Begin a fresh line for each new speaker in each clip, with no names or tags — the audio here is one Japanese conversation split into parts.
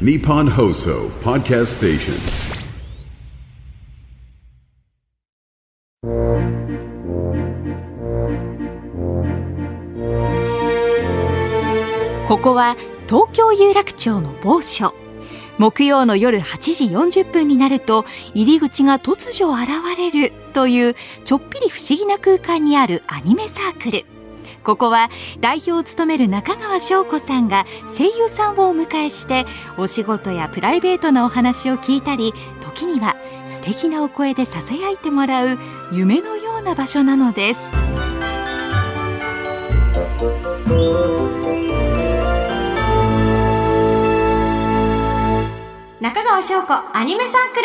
Nippon Hoso Podcast Station.
ここは東京有楽町の某所木曜の夜8時40分になると入り口が突如現れるというちょっぴり不思議な空間にあるアニメサークルここは代表を務める中川翔子さんが声優さんをお迎えしてお仕事やプライベートなお話を聞いたり時には素敵なお声でささやいてもらう夢のような場所なのです
中川翔子アニメサーク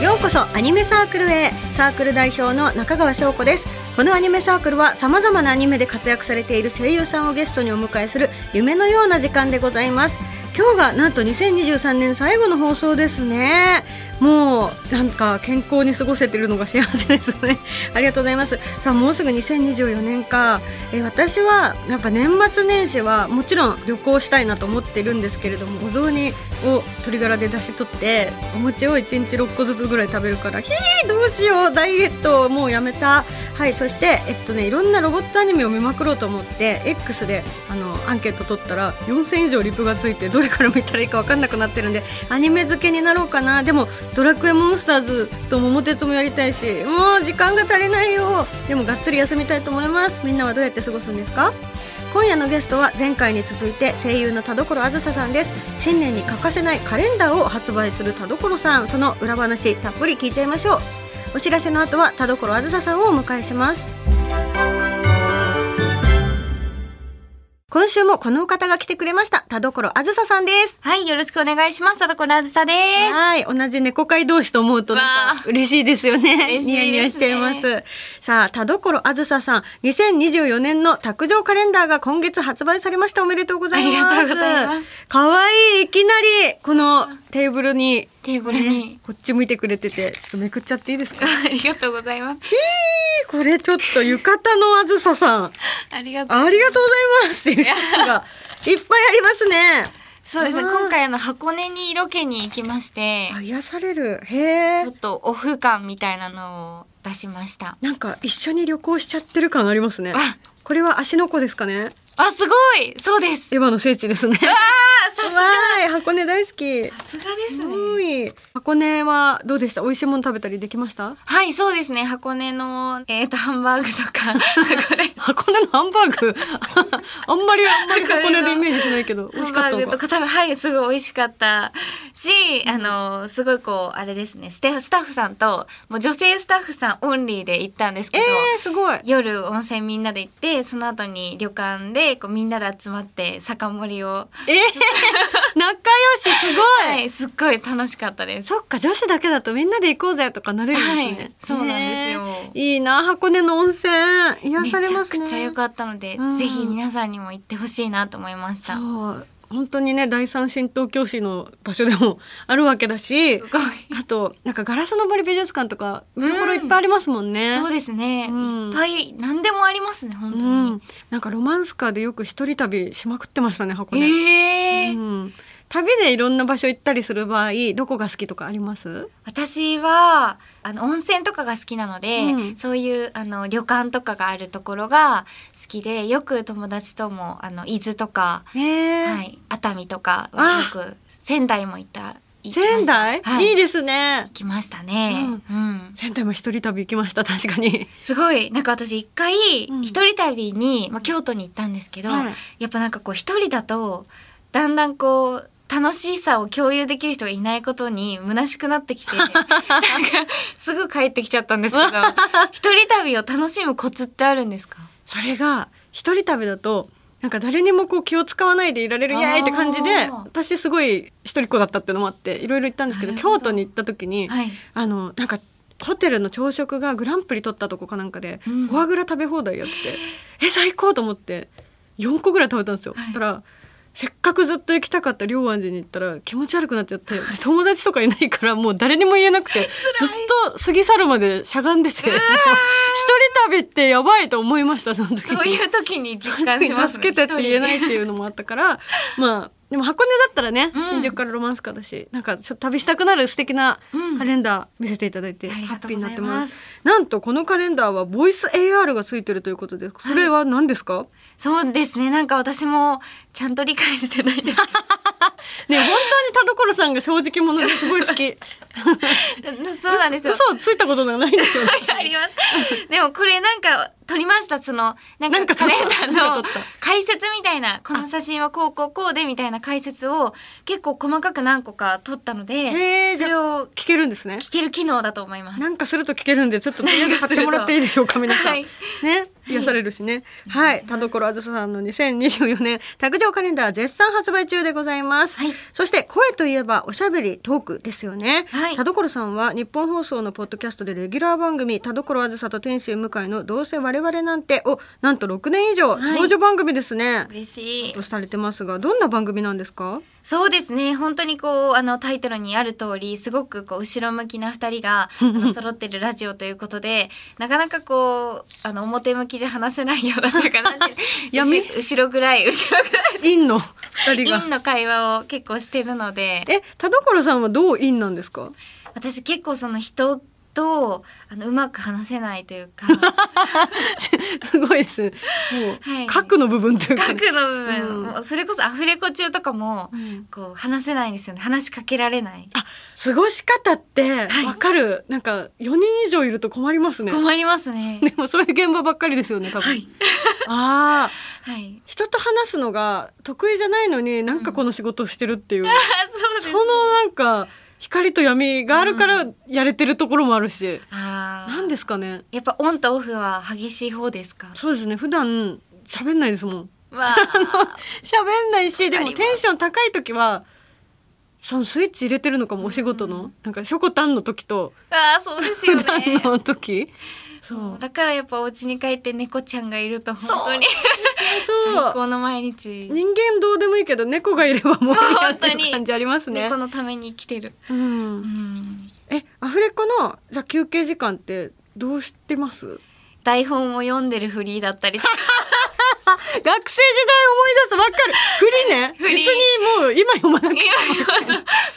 ルようこそアニメサークルへサークル代表の中川翔子ですこのアニメサークルは様々なアニメで活躍されている声優さんをゲストにお迎えする夢のような時間でございます今日がなんと2023年最後の放送ですねもうなんか健康に過ごせてるのが幸せですね ありがとうございますさあもうすぐ2024年か、えー私はやっぱ年末年始はもちろん旅行したいなと思ってるんですけれどもお雑煮を鶏ガラで出し取ってお餅を1日6個ずつぐらい食べるからひーどうしようダイエットもうやめたはいそしてえっとねいろんなロボットアニメを見まくろうと思って X であのアンケート取ったら4000以上リプがついてどれから見たらいいか分かんなくなってるんでアニメ付けになろうかなでも「ドラクエモンスターズ」と「桃鉄」もやりたいしもう時間が足りないよでもがっつり休みたいと思いますみんなはどうやって過ごすんですか今夜のゲストは前回に続いて声優の田所あずささんです新年に欠かせないカレンダーを発売する田所さんその裏話たっぷり聞いちゃいましょうお知らせの後は田所あずささんをお迎えします今週もこのお方が来てくれました田所あずささんです
はい、よろしくお願いします。田所あずさです。
はい、同じ猫界同士と思うとなん
わ
か嬉しいですよね。
嬉しいです
ニ
ね
ヤニヤしちゃいます。さあ、田所あずささん、2024年の卓上カレンダーが今月発売されました。おめでとうございます。
ありがとうございます。
かわいい、いきなり、このテーブルに、
テーブルに。
こっち向いてくれてて、ちょっとめくっちゃっていいですか
ありがとうございます。
これちょっと浴衣のあずささん、
ありがとう。
ありがとうございますっていう人がいっぱいありますね。
そうですね。
あー
今回あの箱根にロケに行きまして
あ、癒される。へえ
ちょっ。とオフ感みたいなのを出しました。
なんか一緒に旅行しちゃってる感ありますね
あ。
これは足の子ですかね。
あ、すごいそうです。
エヴァの聖地ですね。わ
あ、さ
ーい、箱根大好き。
さすがですね。
うい。箱根はどうでした？美味しいもの食べたりできました？
はい、そうですね。箱根の、えっ、と、ハンバーグとか、これ、
箱根のハンバーグ。 あんまりあんまり箱根のイメージしないけ ど、美
ハ
味し
ン
か
バ
った
ーグ
の
と
か。
か多分はいすごい美味しかったし、あのすごいこうあれですねステスタッフさんともう女性スタッフさんオンリーで行ったんですけ
え
ど、
ー、すごい。
夜温泉みんなで行ってその後に旅館でこうみんなで集まって酒盛りを、
えー、 仲良しすごい。
はい、すっごい楽しかったです。
そっか女子だけだとみんなで行こうぜとかなれるんですね、
はいそうなんですよ
ねえいいな箱根の温泉癒
めち
され
ゃ
ますね
くちゃ良かったので、
うん
ぜひ皆さんにも行ってほしいなと思いました。す
そう本当にね第三神道教師の場所でもあるわけだし
ごい。
あとなんかガラスの森美術館とか見
うん
どころいっぱいありますもんね。
そうですね。
うん
いっぱい何でもありますね本当に。
うん、なんかロマンスカーでよく一人旅しまくってましたね箱根、
ええー
うん。旅でいろんな場所行ったりする場合どこが好きとかあります？
私はあの温泉とかが好きなので、
うん
そういうあの旅館とかがあるところが好きでよく友達ともあの伊豆とか、
ええ
はい、熱海とかはよく仙台も行った行きま
仙
した
台、、
はい
い
い、行
ですね。
きましたね、うん
仙台も一人旅行きました確かに。
すごいなんか私一回
うん
一人旅に、まあ、京都に行ったんですけど、
はい
やっぱなんかこう一人だとだんだんこう楽しさを共有できる人がいないことに虚しくなってき てなんかすぐ帰ってきちゃったんです けど一人旅を楽しむコツってあるんですか
それが一人旅だとなんか誰にもこう気を使わないでいられるイエーイって感じで
あー
私すごい一人っ子だったっていうのもあっていろいろ行ったんですけど
なるほど
京都に行った時に、
はい
あのなんかホテルの朝食がグランプリ取ったとこかなんかで、
うん
フォアグラ食べ放題やっててえ最高と思って4個ぐらい食べたんですよ。
はい
たらせっかくずっと行きたかった龍安寺に行ったら気持ち悪くなっちゃってで友達とかい ないからもう誰にも言えなくてずっと過ぎ去るまでしゃがんでて一人旅ってやばいと思いましたその時
そういう時に実感します、
助
ね、
けてって言えないいっていうのもあったからまあでも箱根だったらね、
うん
新宿からロマンスカーだしなんかちょっと旅したくなる素敵な
うん
カレンダー見せていただいて、
あり
ハ
が
ッ
と
ピ
う
ー
ご
に
ざ
なって
い
ま
ますす
なんとこのカレンダーはボイス AR がついてるということでそれは何ですか、
そうですねなんか私もちゃんと理解してないです
ね本当に田所さんが正直者ですごい好き
そうなんですよ
嘘をついたことがないんですよね
あり ます。でもこれなんか撮りましたそのな
なん
ん
か撮
かカ
った
レンダ
なんか
ーの
撮った
解説みたいなこの写真はこうこうこうでみたいな解説を結構細かく何個か撮ったので
えー、じ
そ
ゃあ
れを
聞けるんですね
聞ける機能だと思います。
なんかすると聞けるんでちょっととりあえず買ってもらっていいでしょうか皆さん、
はい
ね癒されるしねはい田所あずささんの2024年卓上カレンダー絶賛発売中でございます、
はい
そして声といえばおしゃべりトークですよね、
はい
田所さんは日本放送のポッドキャストでレギュラー番組田所あずさと天使向井のどうせ我々なんてをなんと6年以上
はい
長寿番組ですね、
嬉しい
と。されてますがどんな番組なんです か
そうですね本当にこうあのタイトルにある通りすごくこう後ろ向きな2人が あの揃ってるラジオということでなかなかこうあの表向きじゃ話せないようなというかなんて
闇
後後ろぐらい後ろぐらい
陰の2人が
陰の会話を結構してるので
え田所さんはどう陰なんですか
私結構その人とあのうまく話せないという か
すごいです。も
は
う、
い
核の部分というか。
額の部分、
うん
もうそれこそアフレコ中とかも、
ん
こう話せないんですよね話しかけられない
あ、過ごし方って、わかる、なんか、4人以上いると困りますね。
困りますね。
でも、そういう現場ばっかりですよね、多分。 ああ、
はい、
人と話すのが得意じゃないのに、なんかこの仕事をしてるっていう。
あそうで す
そのなんか、光と闇があるから、やれてるところもあるし。
あー
なんですかね。
やっぱオンとオフは激しい方ですか。
そうですね、普段、喋んないですもん。
まあ、
喋んないしでも
わかります
テンション高い時はそのスイッチ入れてるのかもお仕事の、なんかしょこたんの時と
あーそうですよ
普段
ね。
の時そう
だからやっぱお家に帰って猫ちゃんがいると本当に 最
そう
高の毎日。
人間どうでもいいけど猫がいればもう
本当に
やってる感じありますね
猫、のために生きてる。
うん
うん
えアフレコのじゃあ休憩時間ってどうしてます
台本を読んでるフリーだったりとか
学生時代思い出すわかる フリね
フリ
別にもう今読まなく
い
て
や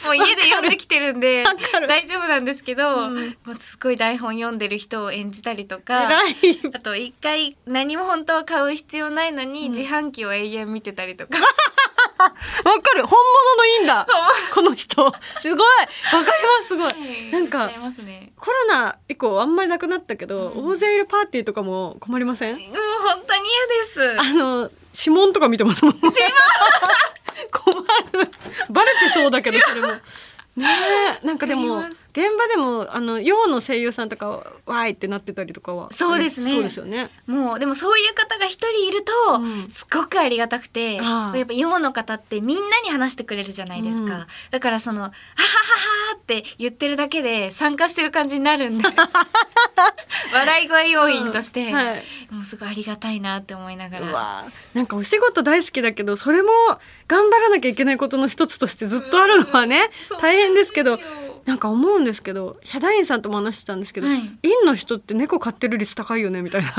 もう家で読んできてるんで
わかる
大丈夫なんですけど、
うん
もうすごい台本読んでる人を演じたりとか
偉い
あと一回何も本当は買う必要ないのに自販機を永遠見てたりとか、
わかる本物のいいんだこの人すごいわかりますすごいなん
や
か
っちゃいますね
コロナ以降あんまりなくなったけど、
うん
大勢いるパーティーとかも困りません、
もう本当に嫌です
あの指紋とか見てますもん指紋 困るバレてそうだけどそれもねえなんかでも
わかり
現
ま
場
す
でもあの洋の声優さんとかはわーいってなってたりとかは
そうですね
そうですよね
もうでもそういう方が一人いると、
うん
すごくありがたくて
ああ
やっぱ世の方ってみんなに話してくれるじゃないですか、
うん
だからその「はははは」って言ってるだけで参加してる感じになる んで笑い声要員として、
うんはい
もうすごいありがたいなって思いなが
う
ら
わーなんかお仕事大好きだけどそれも頑張らなきゃいけないことの一つとしてずっとあるのはね
そう
大変ですけど
そうなんですよ
なんか思うんですけどヒャダインさんとも話してたんですけど、
はい
院の人って猫飼ってる率高いよねみたいな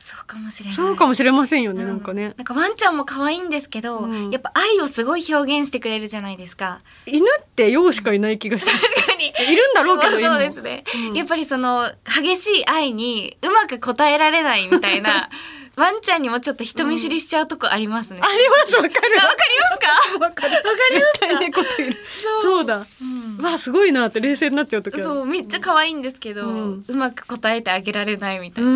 そうかもしれない。
そうかもしれませんよね、
う
なんかね
なんかワンちゃんも可愛いんですけど、
うん
やっぱ愛をすごい表現してくれるじゃないですか。
犬って用しかいない気がします
確かに
いるんだろうけど
そう
今
そ
も
うですね、やっぱりその激しい愛にうまく応えられないみた いなワンちゃんにもちょっと人見知りしちゃうとこありますね、
あ
あわ
りますわかる
かりますかわかり
絶対猫っているそうだ、わあすごいなって冷静になっちゃう時ある
そうめっちゃ可愛いんですけど、
う
うんまく答えてあげられないみたいな、
う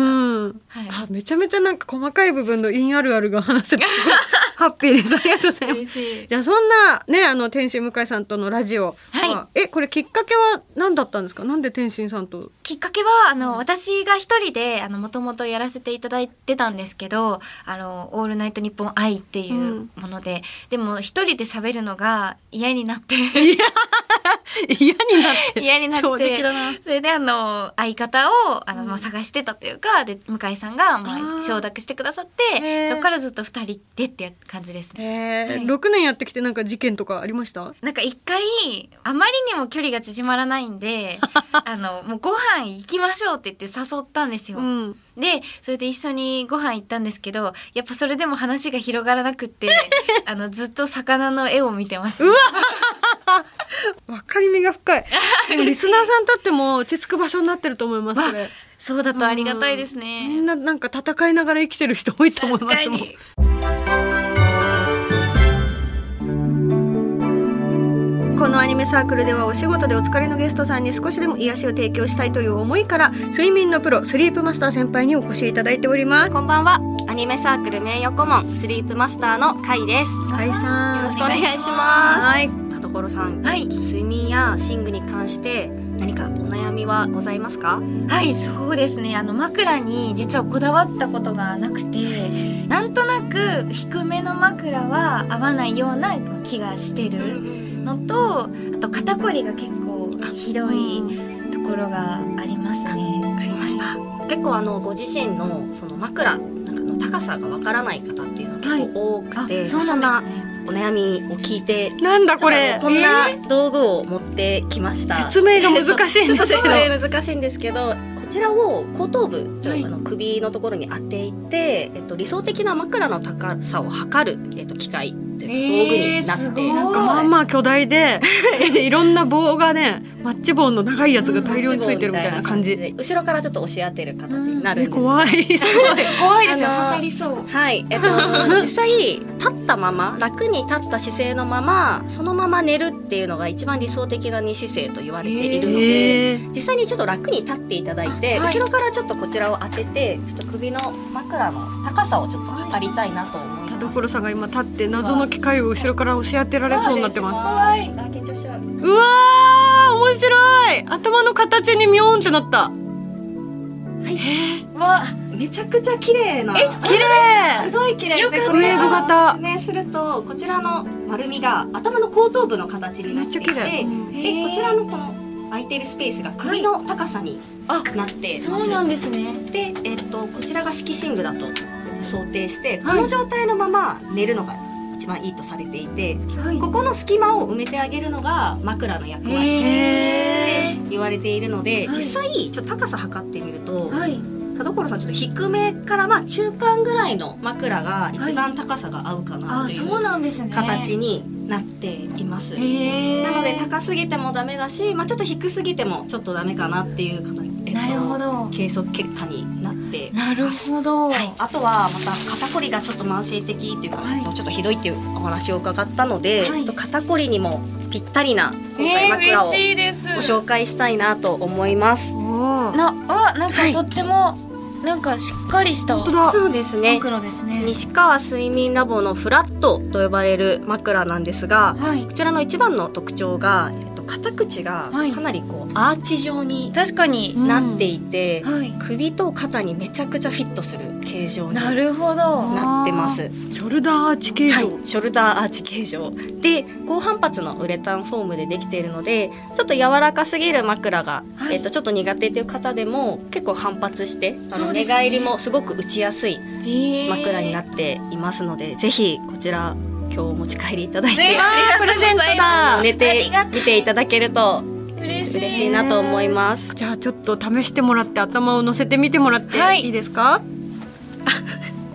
ん、
はい
あめちゃめちゃなんか細かい部分のインあるあるが話せ てすごいハッピーですありがとうございます
嬉しい
じゃあそんなねあの天心向井さんとのラジオ、
はい
まあえこれきっかけは何だったんですかなんで天心さんと
きっかけはあの、私が一人であのもともとやらせていただいてたんですけど「あのオールナイトニッポン愛」っていうもので、でも一人で喋るのが嫌になって
嫌になって
嫌になって
衝撃だな
それであの相方をあの、まあ、探してたというかで向井さんが、
あ
ま
ー
あ、承諾してくださっ
へー
てそこからずっと2人でってや感じですね。
え
は
ー、
い
6年やってきてなんか事件とかありました
なんか一回あまりにも距離が縮まらないんであのもうご飯行きましょうって言って誘ったんですよ。
うん
でそれで一緒にご飯行ったんですけどやっぱそれでも話が広がらなくってあのずっと魚の絵を見てました、
分かりみが 深いでもリスナーさんにとっても落ち着く場所になってると思います
わ
それ
そうだとありがたいですね。
みんななんか戦いながら生きてる人多いと思い
確
ま
か
すもん
に
このアニメサークルではお仕事でお疲れのゲストさんに少しでも癒しを提供したいという思いから睡眠のプロスリープマスター先輩にお越しいただいております
こんばんは。アニメサークル名誉顧問スリープマスターのカイです。よ
解散
ろしくお願いしま
はい
す。田所さん、
はい
睡眠や寝具に関して何かお悩みはございますか？
はいそうですねあの枕に実はこだわったことがなくてなんとなく低めの枕は合わないような気がしてるのとあと肩こりが結構ひどいところがありますね。わかりました
結構あのご自身のその枕なんかの高さがわからない方っていうのが結構多くて、
あそうなんですね。
お悩みを聞いて。
なんだこれ
あのこんな道具を持ってきました。
説明が難 しいんですけど
説明難しいんですけどこちらを後頭部、
はい
あの首のところに当ていて、えっと、理想的な枕の高さを測る、えっと、機械というか道具になってい
えーすごい
まあまあ巨大で いろんな棒がねマッチ棒の長いやつが大量についてるみたいな感じ、
で後ろからちょっと押し当てる形になるん
え
ですが
怖 いすごい
怖いですよ刺
あのー
さりそう。
はい、 えっと、実際立ったまま楽に立った姿勢のままそのまま寝るっていうのが一番理想的な寝姿勢と言われているので、
え
実際にちょっと楽に立っていただいて、
あはい
後ろからちょっとこちらを当ててちょっと首の枕の高さをちょっと測りたいなと思い
ー、
ます
田所さんが今立って謎の機械を後ろから押し当てられそうになってます
怖いあ緊張しちゃう
うわー面白い頭の形にミョーンってなった
わ
めちゃくちゃ綺麗なえ
綺麗
すごい綺麗
よかった
これ
ウェーブ型
説明するとこちらの丸みが頭の後頭部の形になってい
めっ
て
ちゃ綺
でこちらのこの空いてるスペースが首の高さに
あ
なってます、
そうなんですね。
で、えっと、こちらが色寝具だと想定して、この状態のまま寝るのが一番いいとされていて、
はい
ここの隙間を埋めてあげるのが枕の役割
へー
言われているので、
はい
実際ちょっと高さ測ってみると、
はい。
田所さんちょっと低めからまあ中間ぐらいの枕が一番高さが合うかな
あ
とい
そう
う
なんですね。
形になっています。
へー
なので高すぎてもダメだし、まあ、ちょっと低すぎてもちょっとダメかなっていう形、えっと
なるほど
計測結果になって
なるほど。
はい、あとはまた肩こりがちょっと慢性的っていうか、
はい
ちょっとひどいっていうお話を伺ったので、
はい
ちょっと肩こりにもぴったりな今回
えー、
枕を
嬉しいです。
ご紹介したいなと思います。
おー
なはなん
は
か
い
とっても、なんかしっかりした
本当だ
そうですね
枕ですね。
西川睡眠ラボのフラットと呼ばれる枕なんですが
はい
こ。ちらの一番の特徴が、えっと、肩口が
はい
かなりこうアーチ状に
確かに。
ん
なっていて、
はい。
首と肩にめちゃくちゃフィットする形状に
なるほど。
なってます。
ショルダーアーチ形状、
はい、ショルダーアーチ形状で高反発のウレタンフォームでできているのでちょっと柔らかすぎる枕が、
はい
えっとちょっと苦手という方でも結構反発してあ
そ
の
うで
寝
すね
返りもすごく打ちやすい
へ
枕になっていますので、ぜひこちら今日お持ち帰りいただいて
ぜありがとうございます
あの寝て見ていただけると
嬉しい。
嬉しいなと思います。
じゃあちょっと試してもらって頭を乗せてみてもらって
はい
いいですか、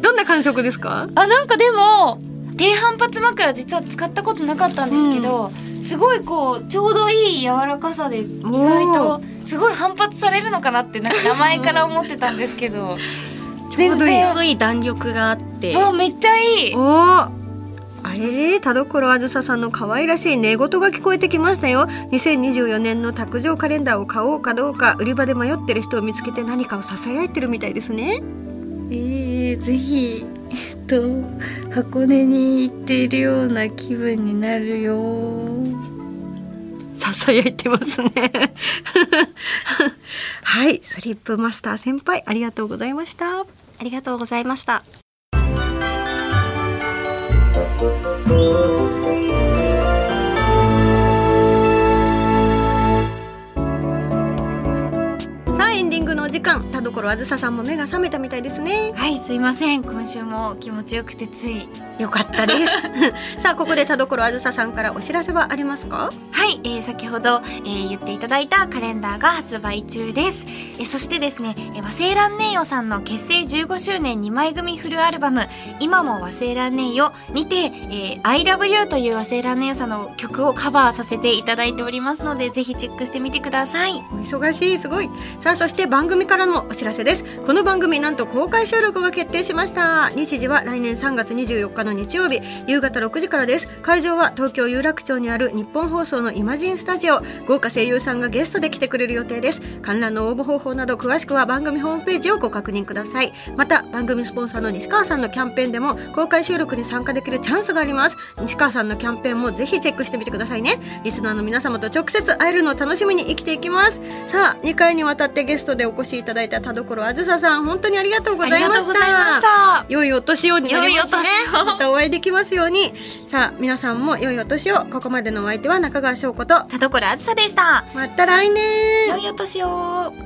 どんな感触ですか
あなんかでも低反発枕実は使ったことなかったんですけど、すごいこうちょうどいい柔らかさです意
おー
外とすごい反発されるのかなってなんか名前から思ってたんですけ ど全
ちょ
然
うどいい弾力があって
もうめっちゃいい
おー
あれれ
田所あずささんの可愛らしい寝言が聞こえてきましたよ2024年の卓上カレンダーを買おうかどうか売り場で迷ってる人を見つけて何かをささやいてるみたいですね
ええぜひ、えっと、箱根に行っているような気分になるよ。
ささやいてますね はいスリップマスター先輩ありがとうございました
ありがとうございました。
ろあずささんも目が覚めたみたいですね
はいすいません今週も気持ちよくてつい
よかったです さあここで田所あずささんからお知らせはありますか
はい、えー先ほど、えー言っていただいたカレンダーが発売中です、えーそしてですね、えー和製蘭ネイヨさんの結成15周年2枚組フルアルバム「今も和製蘭ネイヨ」にて「えー ILOVEYOU」という和製蘭ネイヨさんの曲をカバーさせていただいておりますのでぜひチェックしてみてください
お忙しいすごいさあそして番組からのお知らせですこの番組なんと公開収録が決定しました日時は来年3月24日の日曜日夕方6時からです会場は東京有楽町にある日本放送のイマジンスタジオ豪華声優さんがゲストで来てくれる予定です観覧の応募方法など詳しくは番組ホームページをご確認くださいまた番組スポンサーの西川さんのキャンペーンでも公開収録に参加できるチャンスがあります西川さんのキャンペーンもぜひチェックしてみてくださいねリスナーの皆様と直接会えるのを楽しみに生きていきますさあ2回にわたってゲストでお越しいただいた田所あずささん本当にありがとうございました
ありがとうございました
良いお年をになりますね
良いお年を
またお会いできますようにさあ皆さんも良いお年をここまでのお相手は中川翔子と
田所あずさでした
また来年
良いお年を